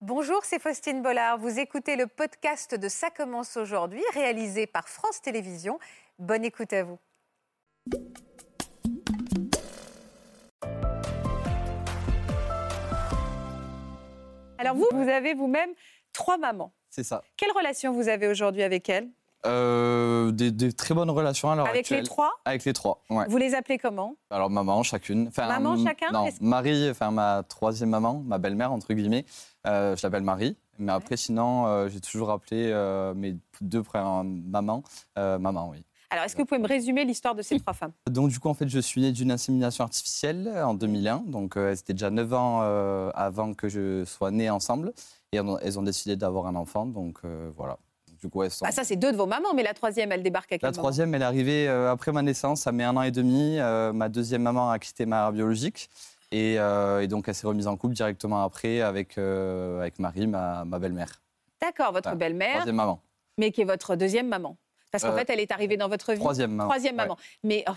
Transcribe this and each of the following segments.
Bonjour, c'est Faustine Bollard. Vous écoutez le podcast de Ça commence aujourd'hui, réalisé par France Télévisions. Bonne écoute à vous. Alors vous, vous avez vous-même trois mamans. C'est ça. Quelle relation vous avez aujourd'hui avec elles Euh, des, des très bonnes relations à l'heure Avec Oh, actuelle. les trois Avec les trois, ouais. Vous les appelez comment Alors maman chacune. Enfin, Maman m- chacun, Non, est-ce que- Marie, enfin ma troisième maman, ma belle-mère entre guillemets, euh, je l'appelle Marie. Mais après sinon, euh, j'ai toujours appelé euh, mes deux premières mamans, euh, maman, oui. Alors, est-ce que vous pouvez me résumer l'histoire de ces trois femmes Donc du coup, en fait, je suis né d'une insémination artificielle euh, en 2001. Donc euh, elles étaient déjà 9 ans euh, avant que je sois né ensemble. Et elles ont- elles ont décidé d'avoir un enfant, donc euh, voilà. Du coup, elles sont... Ah, Ça, c'est deux de vos mamans, mais la troisième, elle débarque à quel La moment troisième, elle est arrivée euh, après ma naissance, ça met un an et demi. Euh, ma deuxième maman a quitté ma mère biologique. Et, euh, et donc, elle s'est remise en couple directement après avec, euh, avec Marie, ma, ma belle-mère. D'accord, votre Voilà. belle-mère, Ah, Troisième maman. mais qui est votre deuxième maman. Parce qu'en Euh, fait, elle est arrivée dans votre vie. Troisième maman. Troisième maman. Mais. oh,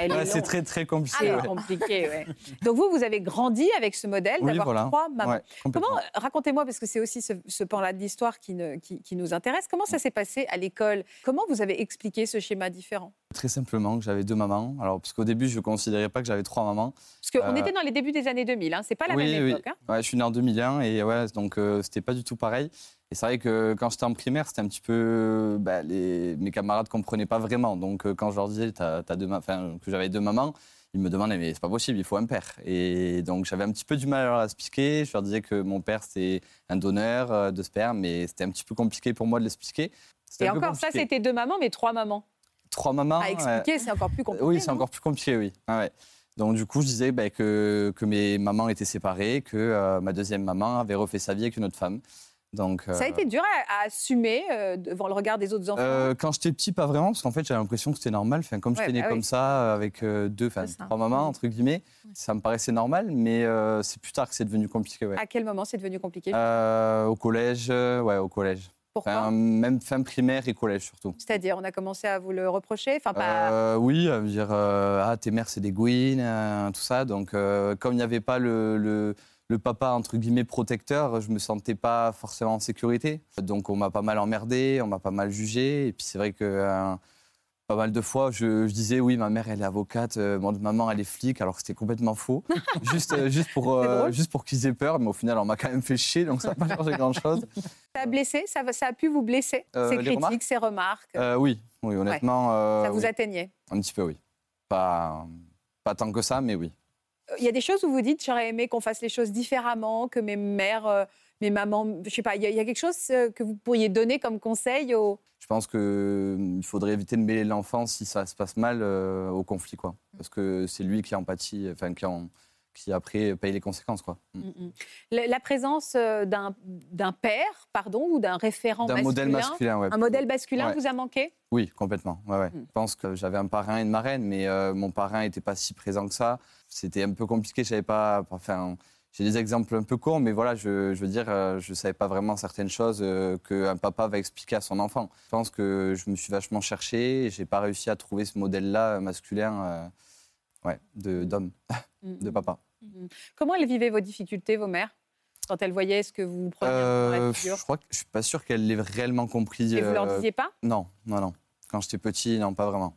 elle est Ah, Ouais, c'est longue. très, très compliqué. Ah, mais ouais. compliqué, ouais. Donc vous, vous avez grandi avec ce modèle Oui, d'avoir voilà. trois mamans. Ouais, complètement. Comment, euh, racontez-moi, parce que c'est aussi ce, ce pan-là de l'histoire qui, ne- qui- qui nous intéresse, comment ça s'est passé à l'école Comment vous avez expliqué ce schéma différent Très simplement, que j'avais deux mamans. Alors, parce qu'au début, je ne considérais pas que j'avais trois mamans. Parce qu'on Euh, était dans les débuts des années 2000, hein, c'est pas la oui, même oui. époque. hein. Ouais, je suis né en 2001 et ouais, donc euh, c'était pas du tout pareil. Et c'est vrai que quand j'étais en primaire, c'était un petit peu. euh, bah, les... Mes camarades comprenaient pas vraiment. Donc euh, quand je leur disais t'as- t'as deux ma- enfin, que j'avais deux mamans, ils me demandaient mais c'est pas possible, il faut un père. Et donc j'avais un petit peu du mal à leur expliquer. Je leur disais que mon père c'était un donneur euh, de sperme, mais c'était un petit peu compliqué pour moi de l'expliquer. C'était Et un peu encore, ça, compliqué. c'était deux mamans, mais trois mamans. Trois mamans. à euh, expliquer, c'est encore plus compliqué. oui, c'est non encore plus compliqué, oui. Ah ouais. Donc du coup, je disais bah, que, que mes mamans étaient séparées, que euh, ma deuxième maman avait refait sa vie avec une autre femme. Donc, Ça a euh, été dur à, à assumer euh, devant le regard des autres enfants. euh, quand j'étais petit, pas vraiment, parce qu'en fait, j'avais l'impression que c'était normal. Enfin, comme Ouais, j'étais né bah oui. comme ça, euh, avec euh, deux, enfin, C'est ça. trois mamans, entre guillemets, ça me paraissait normal, mais euh, c'est plus tard que c'est devenu compliqué, ouais. À quel moment c'est devenu compliqué Euh, au collège, euh, ouais, au collège. Pourquoi Enfin, même fin primaire et collège surtout. C'est-à-dire, on a commencé à vous le reprocher Enfin, pas... Euh, oui, à me dire euh, ah tes mères c'est des gouines, euh, tout ça. Donc euh, comme il n'y avait pas le, le- le papa entre guillemets protecteur, je me sentais pas forcément en sécurité. Donc on m'a pas mal emmerdé, on m'a pas mal jugé. Et puis c'est vrai que euh, pas mal de fois je, je disais oui ma mère elle est avocate, euh, mon maman elle est flic, alors que c'était complètement faux. juste euh, juste pour C'est euh, drôle. juste pour qu'ils aient peur, mais au final on m'a quand même fait chier, donc ça n'a pas changé grand chose. Ça a blessé ça, va- ça a pu vous blesser Euh, Ces les critiques, remarques ces remarques, Euh, oui, oui honnêtement. euh, ça vous oui. atteignait Un petit peu, oui. Pas, pas tant que ça, mais oui. Euh, Il y a des choses où vous dites j'aurais aimé qu'on fasse les choses différemment, que mes mères, euh, mes mamans, je sais pas, il y, a- il y a quelque chose euh, que vous pourriez donner comme conseil aux. Je pense qu'il faudrait éviter de mêler l'enfant, si ça se passe mal, euh, au conflit, quoi. Parce que c'est lui qui en pâtit, enfin, qui, en- qui après paye les conséquences, quoi. Mm. Mm, mm. La, la présence euh, d'un d'un père, pardon, ou d'un référent D'un masculin. modèle masculin, ouais. Un modèle masculin Ouais. vous a manqué Oui, complètement. Ouais, ouais. Mm. Je pense que j'avais un parrain et une marraine, mais euh, mon parrain n'était pas si présent que ça. C'était un peu compliqué, je savais pas. Enfin, j'ai des exemples un peu courts, mais voilà, je, je veux dire, euh, je savais pas vraiment certaines choses euh, qu'un papa va expliquer à son enfant. Je pense que je me suis vachement cherché et j'ai pas réussi à trouver ce modèle-là euh, masculin, euh, ouais, de- d'homme, Mm, de mm. papa. Comment elles vivaient vos difficultés, vos mères Quand elles voyaient ce que vous preniez un peu dans Euh, la je figure crois que je suis pas sûr qu'elle l'ait réellement compris. Et vous leur euh, disiez pas Non, non, non. Quand j'étais petit, non, pas vraiment.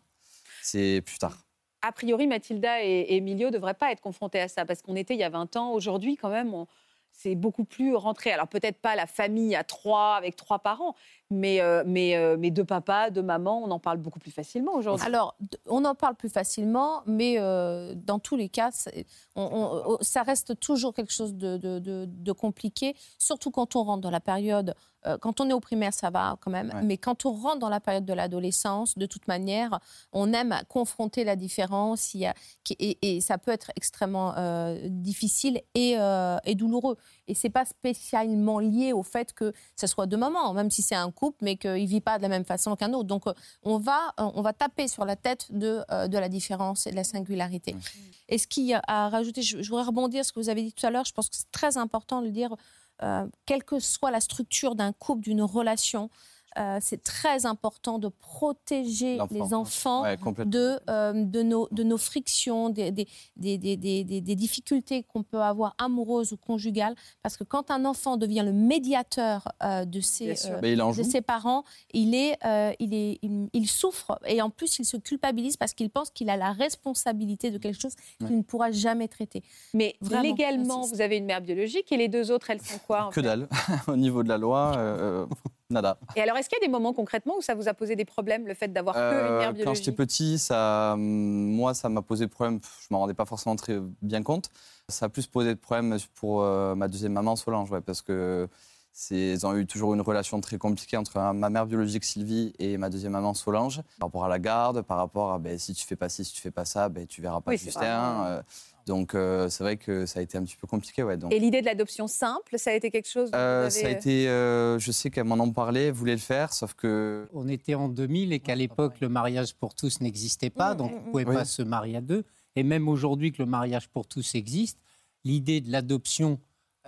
C'est plus tard. A priori, Mathilda et, et Emilio ne devraient pas être confrontés à ça, parce qu'on était il y a 20 ans. Aujourd'hui, quand même, on- c'est beaucoup plus rentré. Alors, peut-être pas la famille à trois, avec trois parents, mais, euh, mais, euh, mais deux papas, deux mamans, on en parle beaucoup plus facilement aujourd'hui. Alors, d- on en parle plus facilement, mais euh, dans tous les cas, c'est- on- on- on- ça reste toujours quelque chose de, de- de- de compliqué, surtout quand on rentre dans la période. euh, quand on est au primaire, ça va quand même, Ouais. mais quand on rentre dans la période de l'adolescence, de toute manière, on aime confronter la différence il y a- qui- et, et ça peut être extrêmement euh, difficile et, euh, et douloureux. Et c'est pas spécialement lié au fait que ce soit deux mamans, même si c'est un couple, mais qu'il vit pas de la même façon qu'un autre. Donc, euh, on va, euh, on va taper sur la tête de, euh, de la différence et de la singularité. Oui. Et ce qui a à rajouter, je, je voudrais rebondir sur ce que vous avez dit tout à l'heure, je pense que c'est très important de le dire, euh, quelle que soit la structure d'un couple, d'une relation, euh, c'est très important de protéger L'enfant. les enfants Ouais, complètement. de, euh, de, nos, de nos frictions, des, des, des, des- des- des- des difficultés qu'on peut avoir amoureuses ou conjugales. Parce que quand un enfant devient le médiateur euh, de, ses, Bien sûr. euh, Mais il en de joue. ses parents, il, est, euh, il, est, il, il souffre et en plus il se culpabilise parce qu'il pense qu'il a la responsabilité de quelque chose Ouais. qu'il ne pourra jamais traiter. Mais Vraiment, légalement, j'insiste. vous avez une mère biologique et les deux autres, elles sont quoi en Que fait dalle. Au niveau de la loi, euh, euh, nada. Et alors, est-ce qu'il y a des moments concrètement où ça vous a posé des problèmes, le fait d'avoir que une mère Euh, quand j'étais biologique petit, ça, hum, moi, ça m'a posé problème. Pff, Je m'en rendais pas forcément très bien compte. Ça a plus posé de problème pour euh, ma deuxième maman Solange, ouais, parce que c'est- ils ont eu toujours une relation très compliquée entre euh, ma mère biologique Sylvie et ma deuxième maman Solange, par rapport à la garde, par rapport à ben, si tu fais pas ci, si tu fais pas ça, ben, tu verras pas Oui, c'est Justin. vraiment- euh, donc euh, c'est vrai que ça a été un petit peu compliqué, ouais. donc. Et l'idée de l'adoption simple, ça a été quelque chose dont Euh, vous avez- ça a été, euh, je sais qu'elle m'en en parlait, elle voulait le faire, sauf que On était en 2000 et qu'à l'époque, le mariage pour tous n'existait pas, Mm, donc mm, on ne pouvait Oui. pas se marier à deux. Et même aujourd'hui que le mariage pour tous existe, l'idée de l'adoption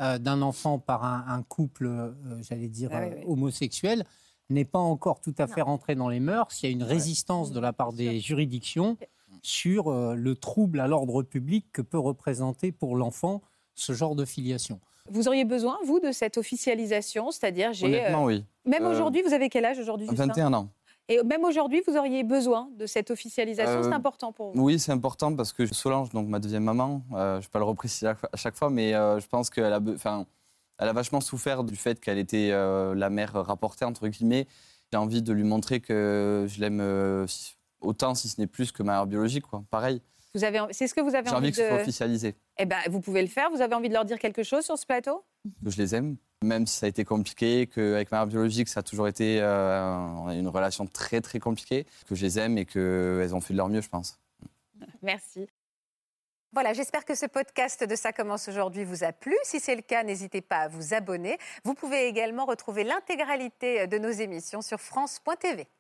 euh, d'un enfant par un, un couple, euh, j'allais dire, Ah oui, euh, oui. homosexuel, n'est pas encore tout à fait Non. rentré dans les mœurs. Il y a une résistance de la part des juridictions sur euh, le trouble à l'ordre public que peut représenter pour l'enfant ce genre de filiation. Vous auriez besoin, vous, de cette officialisation C'est-à-dire, j'ai. euh, honnêtement, oui. Même euh, aujourd'hui, vous avez quel âge aujourd'hui Justin 21 ans. Et même aujourd'hui, vous auriez besoin de cette officialisation Euh, C'est important pour vous Oui, c'est important parce que Solange, donc ma deuxième maman, euh, je ne vais pas le repréciser à à chaque fois, mais euh, je pense qu'elle a, be- enfin, elle a vachement souffert du fait qu'elle était euh, la mère rapportée, entre guillemets. J'ai envie de lui montrer que je l'aime euh, si- autant, si ce n'est plus, que ma mère biologique. Quoi. Pareil, Vous avez, C'est ce que vous avez j'ai envie, envie que ce soit de. officialisé. Eh ben, vous pouvez le faire. Vous avez envie de leur dire quelque chose sur ce plateau que je les aime, même si ça a été compliqué, qu'avec ma mère biologique, ça a toujours été euh, on a eu une relation très très compliquée, que je les aime et qu'elles ont fait de leur mieux, je pense. Merci. Voilà, j'espère que ce podcast de Ça commence aujourd'hui vous a plu. Si c'est le cas, n'hésitez pas à vous abonner. Vous pouvez également retrouver l'intégralité de nos émissions sur France.tv.